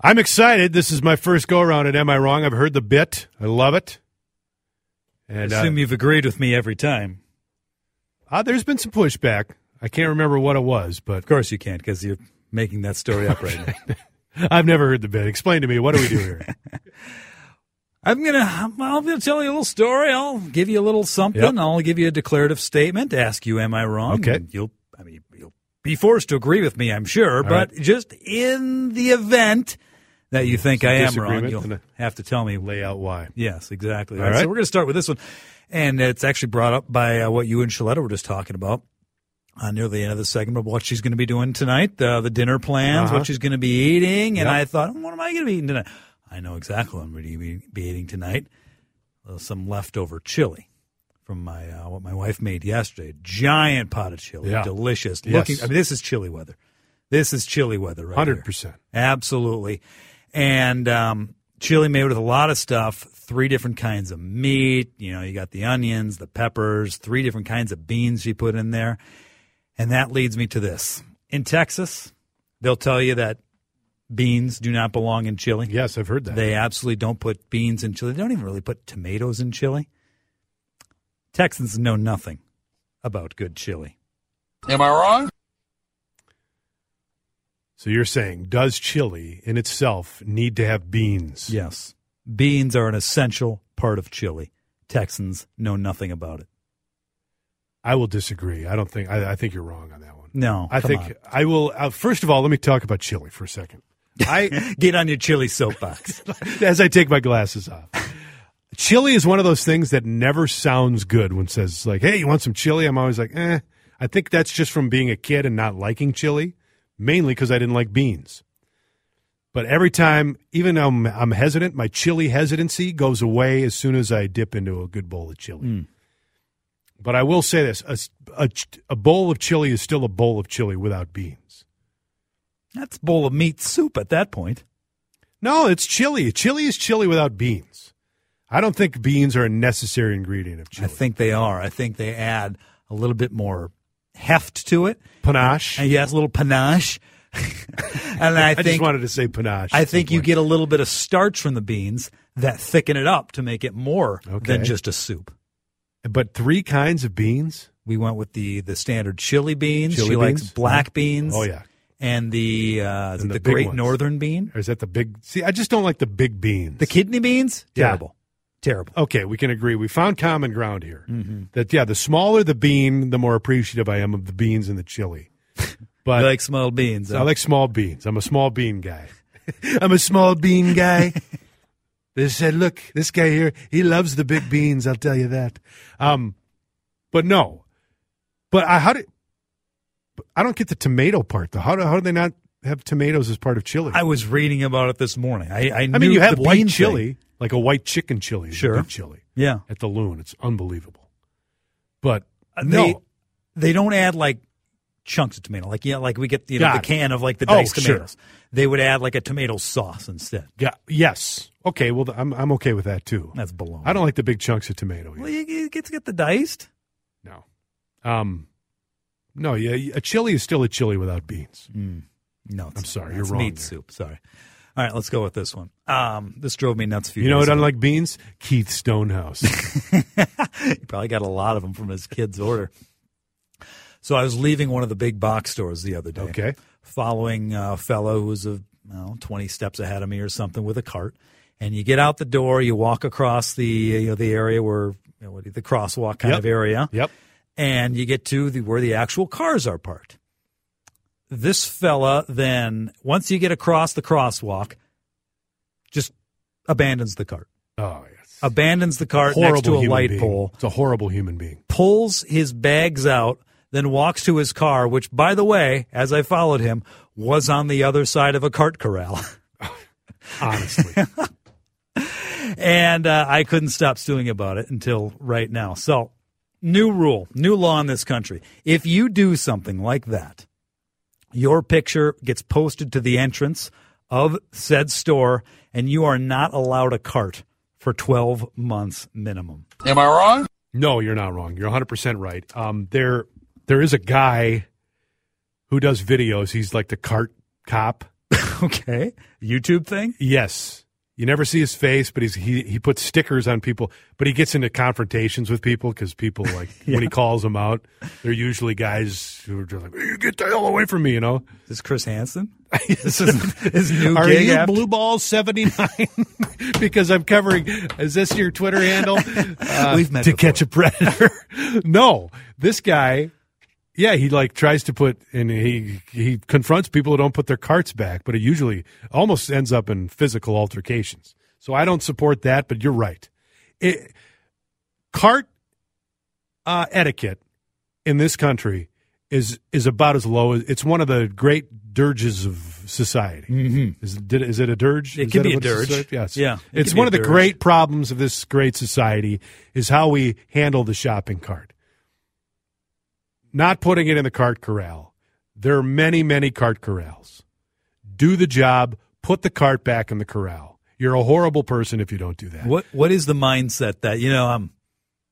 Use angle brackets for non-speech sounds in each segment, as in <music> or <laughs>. I'm excited. This is my first go around at Am I Wrong? I've heard the bit. I love it. And uh, assume you've agreed with me every time. uh, there's been some pushback. I can't remember what it was, but Of course you can't because you're making that story up right now. I've never heard the bit. Explain to me. What do we do here? <laughs> I'm gonna. I'll be- tell you a little story. I'll give you a little something. Yep. I'll give you a declarative statement. Ask you, am I wrong? Okay. And you'll. I mean, you'll be forced to agree with me. I'm sure. but just in the event that you think I am wrong, disagreement and you'll a- have to tell me. Lay out why. Yes, exactly. All All right. So right. we're going to start with this one, and it's actually brought up by uh, what you and Shaletta were just talking about. Uh, near the end of the segment of what she's going to be doing tonight, uh, the dinner plans, Uh-huh. what she's going to be eating, Yep. and I thought, what am I going to be eating tonight? I know exactly what I'm going to be, be eating tonight. Uh, some leftover chili from my uh, what my wife made yesterday. Giant pot of chili, Yeah. delicious. Yes. Looking, I mean, this is chilly weather. This is chilly weather, right? here. 100%. Absolutely. And um, chili made with a lot of stuff, three different kinds of meat. You know, you got the onions, the peppers, three different kinds of beans you put in there. And that leads me to this. In Texas, they'll tell you that beans do not belong in chili. Yes, I've heard that. They absolutely don't put beans in chili. They don't even really put tomatoes in chili. Texans know nothing about good chili. Am I wrong? so you're saying, does chili in itself need to have beans? Yes. Beans are an essential part of chili. Texans know nothing about it. I will disagree. I don't think, I, I think you're wrong on that one. No. I come think on. I will. Uh, first of all, let me talk about chili for a second. <laughs> I, Get on your chili soapbox. <laughs> as I take my glasses off. Chili is one of those things that never sounds good when says like, "Hey, you want some chili?" I'm always like, "Eh." I think that's just from being a kid and not liking chili, mainly because I didn't like beans. But every time, even though I'm, I'm hesitant, my chili hesitancy goes away as soon as I dip into a good bowl of chili. But I will say this: a, s- a ch- a bowl of chili is still a bowl of chili without beans. <laughs> That's a bowl of meat soup at that point. No, it's chili. Chili is chili without beans. I don't think beans are a necessary ingredient of chili. I think they are. I think they add a little bit more heft to it. panache. I, And yes, a little panache. <laughs> and I think just wanted to say panache. I at some think you point. get a little bit of starch from the beans that thicken it up to make it more Okay. than just a soup. but three kinds of beans. We went with the the standard chili beans. Chili she likes beans? black beans. Oh yeah, and the uh, is And it the the, big Great ones. Northern bean, or is that the big? See, I just don't like the big beans. the kidney beans. Yeah. Terrible, terrible. Okay, we can agree. We found common ground here. Mm-hmm. That yeah, the smaller the bean, the more appreciative I am of the beans and the <laughs> chili. But I like small beans. I like small beans. I'm a small bean <laughs> guy. I'm a small bean guy. <laughs> they said, look, this guy here, he loves the big beans. I'll tell you that. Um, but no, but I how do but I don't get the tomato part though. How do how do they not have tomatoes as part of chili? I was reading about it this morning. I I, I knew mean, you have the white bean chili, thing. like a white chicken chili, is a Sure. good chili Yeah, at the loon. It's unbelievable. But Uh, no, they- they don't add like chunks of tomato. Like yeah, like we get you know, Got the it. can of like the Oh, diced sure. tomatoes. They would add like a tomato sauce instead. yeah, yes, okay. Well, I'm I'm okay with that too. That's baloney. I don't like the big chunks of tomato. either. Well, you, you get to get the diced. No. Um, no, yeah, a chili is still a chili without beans. No, it's I'm not. sorry, That's you're wrong Meat there. soup. Sorry. All right, let's go with this one. Um, this drove me nuts. A few You know what days I ago. don't like beans? Keith Stonehouse. <laughs> he probably got a lot of them from his kid's order. So I was leaving one of the big box stores the other day. Okay. Following a fellow who was a well, 20 steps ahead of me or something with a cart. And you get out the door, you walk across the you know the area where you know, what- the crosswalk kind Yep. of area yep. and you get to the where the actual cars are parked. This fella then, once you get across the crosswalk, just abandons the cart. Oh, yes. Abandons the cart next to a human light being. pole, It's a horrible human being. pulls his bags out, then walks to his car, which, by the way, as I followed him, was on the other side of a cart corral. <laughs> Honestly. and uh, I couldn't stop stewing about it until right now. So, new rule, new law in this country. If you do something like that, your picture gets posted to the entrance of said store, and you are not allowed a cart for 12 months minimum. <laughs> Am I wrong? no, you're not wrong. You're 100 percent right. Um, there, there is a guy who does videos. He's like the cart cop. Okay. YouTube thing? Yes. You never see his face, but he's he he puts stickers on people. But he gets into confrontations with people because people like when he calls them out, they're usually guys who are just like, "You get the hell away from me," you know. Is this Chris Hansen? <laughs> this is his new Are gig you after- Blue Ball seventy nine? <laughs> because I'm covering. Is this your Twitter <laughs> handle? Uh, We've met to before. catch a predator. <laughs> no, this guy. Yeah, he like tries to put and he he confronts people who don't put their carts back, but it usually almost ends up in physical altercations. So I don't support that, but you're right. It, cart uh, etiquette in this country is is about as low as it's one of the great dirges of society. Mm-hmm. Is, did, is it a dirge? It Is can that be a what it's- dirge. Yes. Yeah, it It's can be one a of the dirge. great problems of this great society is how we handle the shopping cart. Not putting it in the cart corral. There are many, many cart corrals. Do the job. Put the cart back in the corral. You're a horrible person if you don't do that. What What is the mindset that you know I'm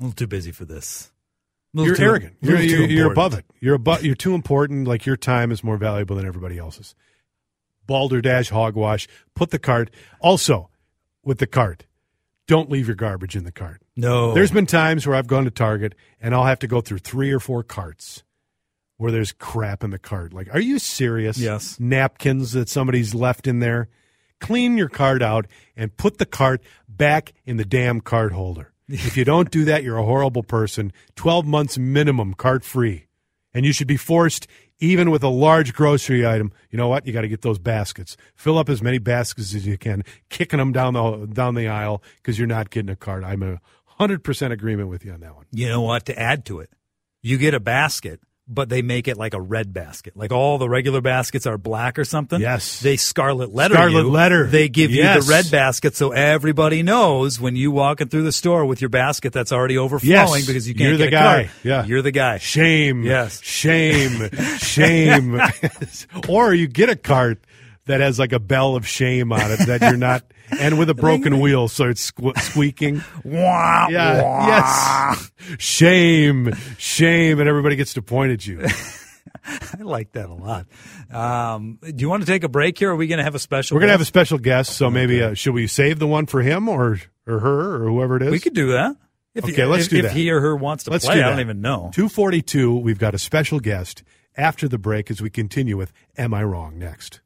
a little too busy for this? A little You're too- arrogant. a You're, little too you're, you're above important. it. You're above. You're too important. Like your time is more valuable than everybody else's. Balderdash hogwash. Put the cart. Also, with the cart, don't leave your garbage in the cart. No, There's been times where I've gone to Target and I'll have to go through three or four carts where there's crap in the cart. Like, are you serious? Yes. Napkins that somebody's left in there. Clean your cart out and put the cart back in the damn cart holder. If you don't do that, you're a horrible person. 12 months minimum cart free. And you should be forced, even with a large grocery item, you know what? You got to get those baskets. Fill up as many baskets as you can, kicking them down the, down the aisle because you're not getting a cart. I'm a 100% agreement with you on that one. you know what to add to it. You get a basket, but they make it like a red basket. Like all the regular baskets are black or something. Yes. they scarlet letter. Scarlet you. letter. They give you Yes. the red basket, so everybody knows when you walking through the store with your basket that's already overflowing Yes. because you can't You're get the a cart. guy. Yeah. you're the guy. Shame. Yes. Shame. <laughs> shame. or you get a cart that has like a bell of shame on it that you're not, and <laughs> with a broken wheel, so it's squ- squeaking. Wah, <laughs> Yeah. wah. Yes. Shame. Shame. And everybody gets to point at you. I like that a lot. Um, do you want to take a break here? Or are we going to have a special? We're going to have a guest? special guest, so maybe uh, should we save the one for him or or her or whoever it is? We could do that. If, Okay, let's if, do If that. he or her wants to Let's play, do I that. don't even know. 242, we've got a special guest after the break as we continue with Am I Wrong next.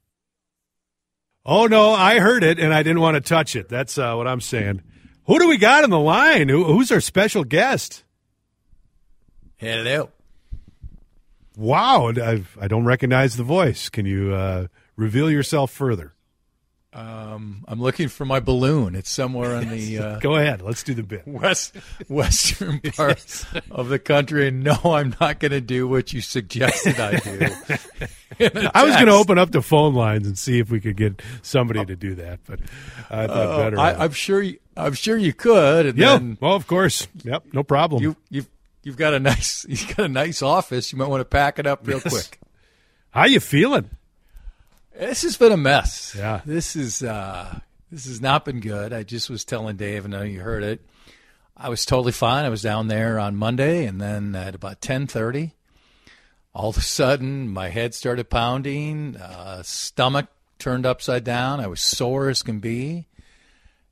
Oh no, I heard it and I didn't want to touch it. That's uh, what I'm saying. Who do we got on the line? Who, who's our special guest? Hello. Wow, I, I don't recognize the voice. Can you uh, reveal yourself further? I'm looking for my balloon. It's somewhere in the uh, Go ahead. Let's do the bit. west western part of the country. And no, I'm not going to do what you suggested I do. I was going to Text. open up the phone lines and see if we could get somebody to do that, but I thought better. Uh, I, I'm sure. You, I'm sure you could. And yeah, then well, of course. Yep, no problem. you you've you've got a nice <laughs> you've got a nice office. You might want to pack it up real quick. How you feeling? This has been a mess. Yeah. This is uh this has not been good. I just was telling Dave and I know you heard it. I was totally fine. I was down there on Monday and then at about 10:30 all of a sudden my head started pounding, uh stomach turned upside down. I was sore as can be.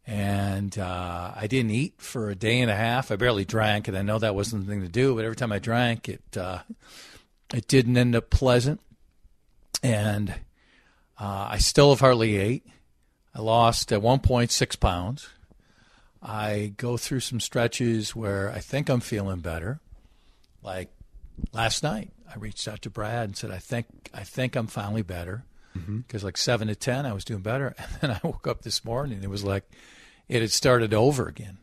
And uh, I didn't eat for a day and a half. I barely drank, and I know that wasn't the thing to do. But every time I drank, it uh, it didn't end up pleasant. And uh, I still have hardly ate. I lost at one point six pounds. I go through some stretches where I think I'm feeling better. Like last night, I reached out to Brad and said, "I think I think I'm finally better." Because like seven to ten, I was doing better, <laughs> and then I woke up this morning and it was like it had started over again,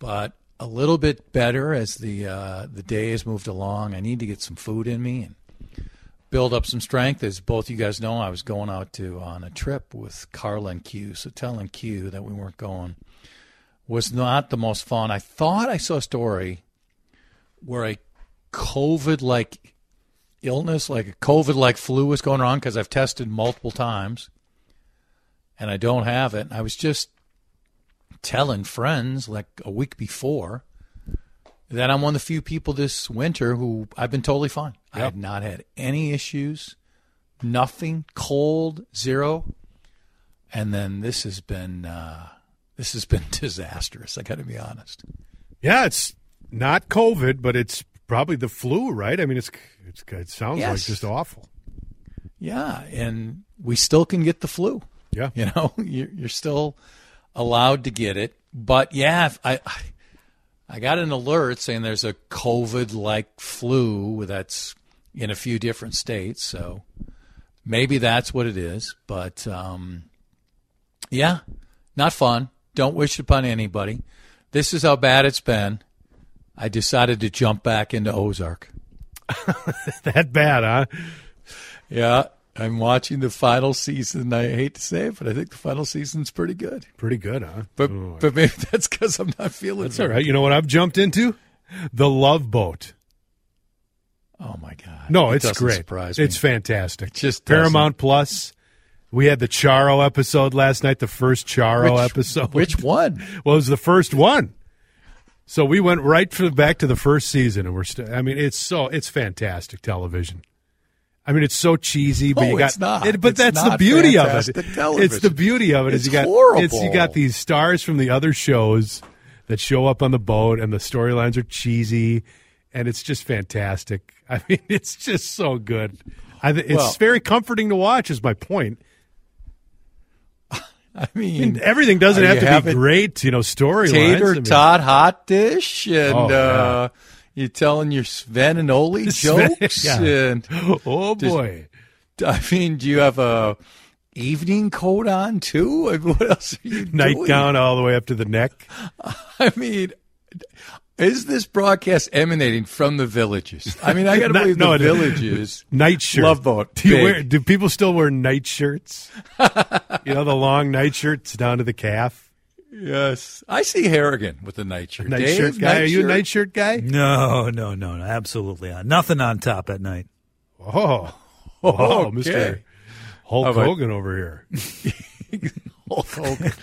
but a little bit better as the uh, the day has moved along. I need to get some food in me and build up some strength. As both you guys know, I was going out to uh, on a trip with Carl and Q. So telling Q that we weren't going was not the most fun. I thought I saw a story where a COVID like illness, like a COVID like flu was going on because I've tested multiple times and I don't have it. I was just telling friends like a week before that I'm one of the few people this winter who I've been totally fine. I have not had any issues, nothing, cold, zero. and then this has been uh, this has been <laughs> disastrous. I got to be honest. Yeah, it's not COVID, but it's probably the flu, right? I mean, it's it's it sounds like Yes. just awful. Yeah, and we still can get the flu. Yeah. <laughs> you know you're, you're still allowed to get it but yeah if i I- i got an alert saying there's a covid like flu that's in a few different states so maybe that's what it is but um, yeah not fun don't wish it upon anybody this is how bad it's been i decided to jump back into ozark <laughs> That bad, huh? yeah i'm watching the final season i hate to say it but i think the final season's pretty good Pretty good, huh? But Ooh. but maybe <laughs> that's because I'm not feeling That's all right. You know what I've jumped into? The Love Boat. Oh my god! No, It it's doesn't great. Surprise it's me. fantastic. just doesn't. Paramount Plus. We had the Charo episode last night, the first Charo Which- episode. <laughs> Which one? Well, it was the first one. So we went right for, back to the first season, and we're still. I mean, it's so it's fantastic television. I mean, it's so cheesy, but No, you got it's not. It, but It's that's the not beauty of it. fantastic television. It's the beauty of it. is It's you got horrible. It's, you got these stars from the other shows that show up on the boat, and the storylines are cheesy, and it's just fantastic. <laughs> I mean, it's just so good. I, th- it's Well- very comforting to watch. Is my point. I mean, Everything doesn't Are have Mm. Uh, you to be having great, you know. Storylines. tater I mean- tot hot dish, and Oh, yeah. uh, you're telling your Sven and <laughs> Oli Sven- jokes, yeah. and Oh Just- boy. I mean, do you have a evening coat on too? I mean, <laughs> what else are you doing? nightgown all the way up to the neck. I mean. Is this broadcast emanating from the villages? <laughs> I mean, I got to Not- believe no, it- the villages. Night shirt. Love boat. Do, you Big. wear, do people still wear night shirts? you know, the long night shirts down to the calf. Yes, I see Harrigan with the nightshirt. Night Dave, shirt guy. Are you a nightshirt? night shirt guy? No, no, no, no. Absolutely not. Nothing on top at night. Oh. Oh, Mr. Okay. Hulk about- Hogan over here. Hulk <laughs> Hogan. <laughs>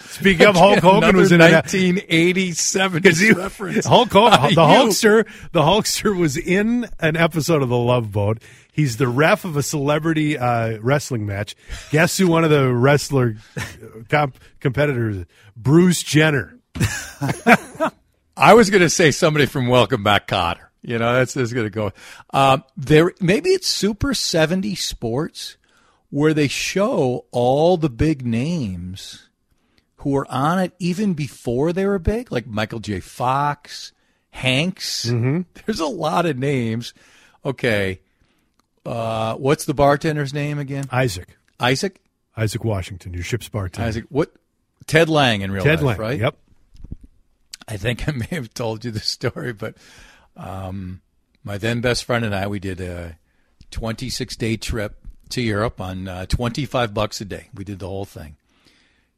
Speaking of Hulk Hogan Another was in a 1987 you- reference. Hulk Hogan, the You- Hulkster, the Hulkster was in an episode of The Love Boat. He's the ref of a celebrity uh, wrestling match. Guess who one of the wrestler uh, comp- competitors? is? Bruce Jenner. I was going to say somebody from Welcome Back, Cotter. You know, that's, that's going to go. Um, there, maybe it's Super 70 Sports where they show all the big names who were on it even before they were big, like Michael J. Fox, Hanks. <laughs> There's a lot of names. Okay. Uh, what's the bartender's name again? Isaac, Isaac? Isaac Washington, your ship's bartender. Isaac, what? Ted Lang in real Ted life, Lang. right? Yep. I think I <laughs> may have told you the story, but um, my then best friend and I, we did a 26 day trip to Europe on uh, 25 bucks a day. We did the whole thing.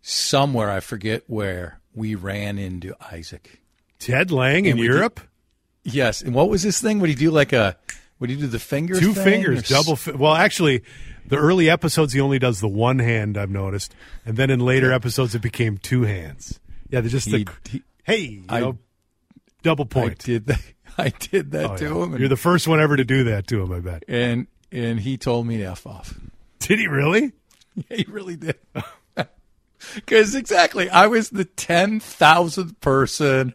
Somewhere, I forget where, we ran into Isaac. Ted Lang in we did- Europe. Yes. And what was this thing? Would he do like a, would he do the fingers? Two thing or fingers, s- double. Fi- well, actually, the early episodes he only does the one hand. I've noticed, and then in later episodes it became two hands. Yeah, they're just the He- he- hey, you I- know, double I point. did that. <laughs> I did that Oh, to yeah. him. And, You're the first one ever to do that to him. I bet. and, and he told me to F off. Did he really? Yeah, <laughs> he really did. Because exactly, I was the 10,000th person.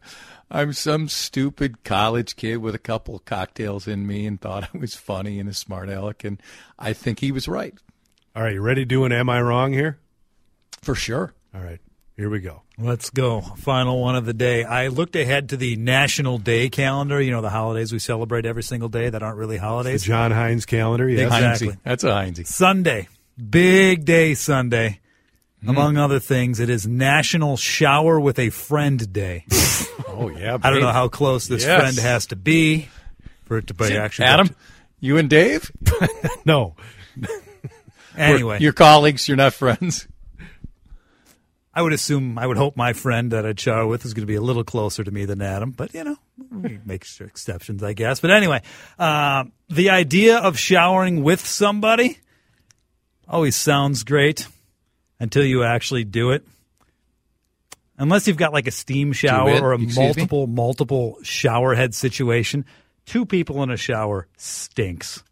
I'm some stupid college kid with a couple of cocktails in me and thought I was funny and a smart aleck. And I think he was right, All right, you ready to do an "Am I wrong" here? for sure. All right, here we go. Let's go. Final one of the day. I looked ahead to the National Day calendar. You know, the holidays we celebrate every single day that aren't really The holidays. John Hines calendar. Yes. Exactly. Heinze. That's a Heinze. Sunday, big day Sunday. Hmm. Among other things, it is National Shower with a Friend Day. Oh, yeah. I don't know baby. how close this Yes. friend has to be for it to be actually. Adam, you and Dave? No. Anyway, Your colleagues, you're not friends. I would assume, I would hope my friend that I'd shower with is going to be a little closer to me than Adam, but you know, we <laughs> make sure exceptions, I guess. But anyway, uh, the idea of showering with somebody always sounds great until you actually do it. Unless you've got like a steam shower it? or a Excuse me? multiple, multiple shower head situation, two people in a shower stinks.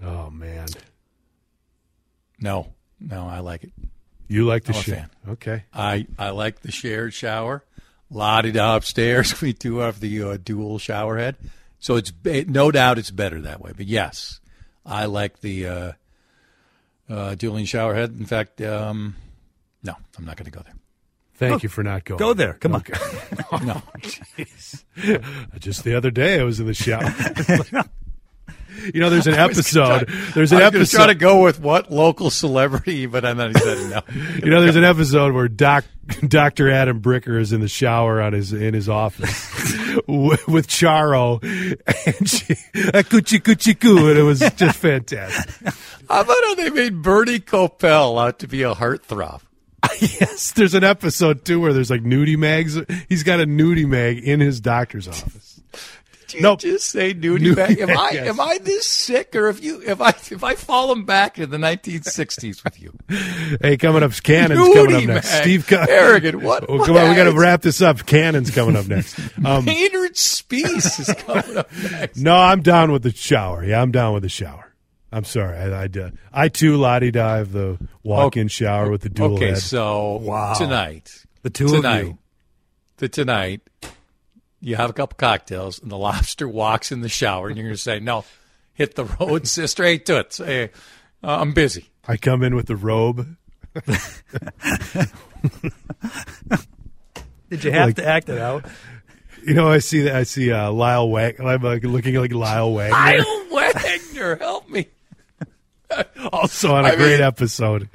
Oh man. No. No, I like it. You like the I'm a shit. fan. Okay. I I like the shared shower. La di da upstairs. <laughs> We do have the uh, dual shower head, so it's ba- no doubt it's better that way. But yes, I like the uh, uh, dueling shower head. In fact, um, no, I'm not going to go there. Thank you for not going. Go there. Come on. No, Just the other day, I was in the <laughs> shower. you know, there's an episode. There's an I was episode. trying to go with what local celebrity, but I then I said <laughs> no. you know, there's an episode where Doc Doctor Adam Bricker is in the shower on his in his office <laughs> with, with Charo, and she a coochie coochie coo, and it was <laughs> just fantastic. How about how they made Bernie Coppell out to be a heartthrob? yes, there's an episode too where there's like nudie mags. He's got a nudie mag in his doctor's office. Did you Nope. just say nudie Nudie bag? Am bag, <laughs> I yes. am I this sick, or if you if I if I fallen back to the 1960s with you? Hey, coming up, Cannon's coming up Nudie next. mag. Steve, Ca- Arrogant, <laughs> what- Oh, come on, we got to what? wrap this up. Cannon's coming up next. <laughs> Um, Maynard Speece <laughs> is coming up next. No, I'm down with the shower. Yeah, I'm down with the shower. I'm sorry. I I, uh, I too lottie dive the walk-in shower with the dual okay, head. so Wow. tonight, The two tonight, of you. the tonight, you have a couple cocktails, and the <laughs> lobster walks in the shower, and you're going to say, "No, hit the road, <laughs> sister. Hey, toots. Hey, uh, I'm busy." I come in with the robe. Did you have Like- to act it out? You know, I see that. I see uh, Lyle Wagner. I'm like, looking like <laughs> Lyle Wagner. Kyle Wagner, help me. also on a I great mean- episode,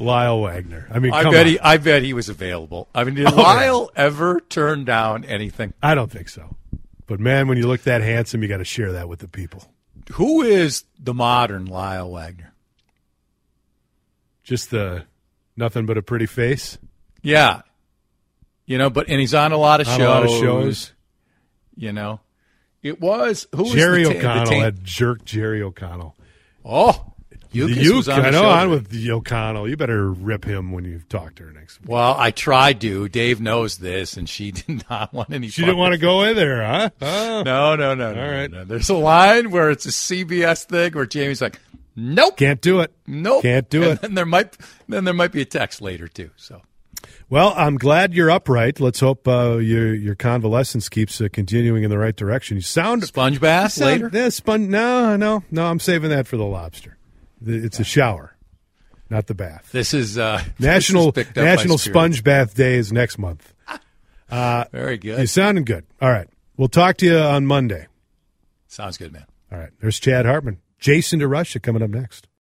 Lyle Wagner. I mean, I come bet on. Oh, he. I bet he was available. I mean, did yeah. Lyle ever turn down anything? I don't think so. But man, when you look that handsome, you got to share that with the people. Who is the modern Lyle Wagner? Just the nothing but a pretty face. Yeah, you know, but and he's on a lot of On shows. a lot of shows. You know, it was who was Jerry the ta- the O'Connell, ta- that jerk Jerry O'Connell. oh, Eucas You was on I the know show on today. with the O'Connell. You better rip him when you talk to her next week. Well, I tried to. Dave knows this, and she <laughs> did not want any. She didn't want to go in there, huh? Oh. <laughs> No, no, no. All All right. There's a line where it's a CBS thing where Jamie's like, "Nope, Can't do it. nope, Can't do And it. Then there might then there might be a text later too. So. Well, I'm glad you're upright. Let's hope uh, your your convalescence keeps uh, continuing in the right direction. You sound Sponge bath sound- later. Yeah, spun, no, no, no. I'm saving that for the lobster. The- It's a shower, not the bath. This is uh, <laughs> National this is picked up by National Spirit. Sponge Bath Day is next month. Very good. You sounding good. All right, we'll talk to you on Monday. Sounds good, man. All right, there's Chad Hartman, Jason DeRusha coming up next.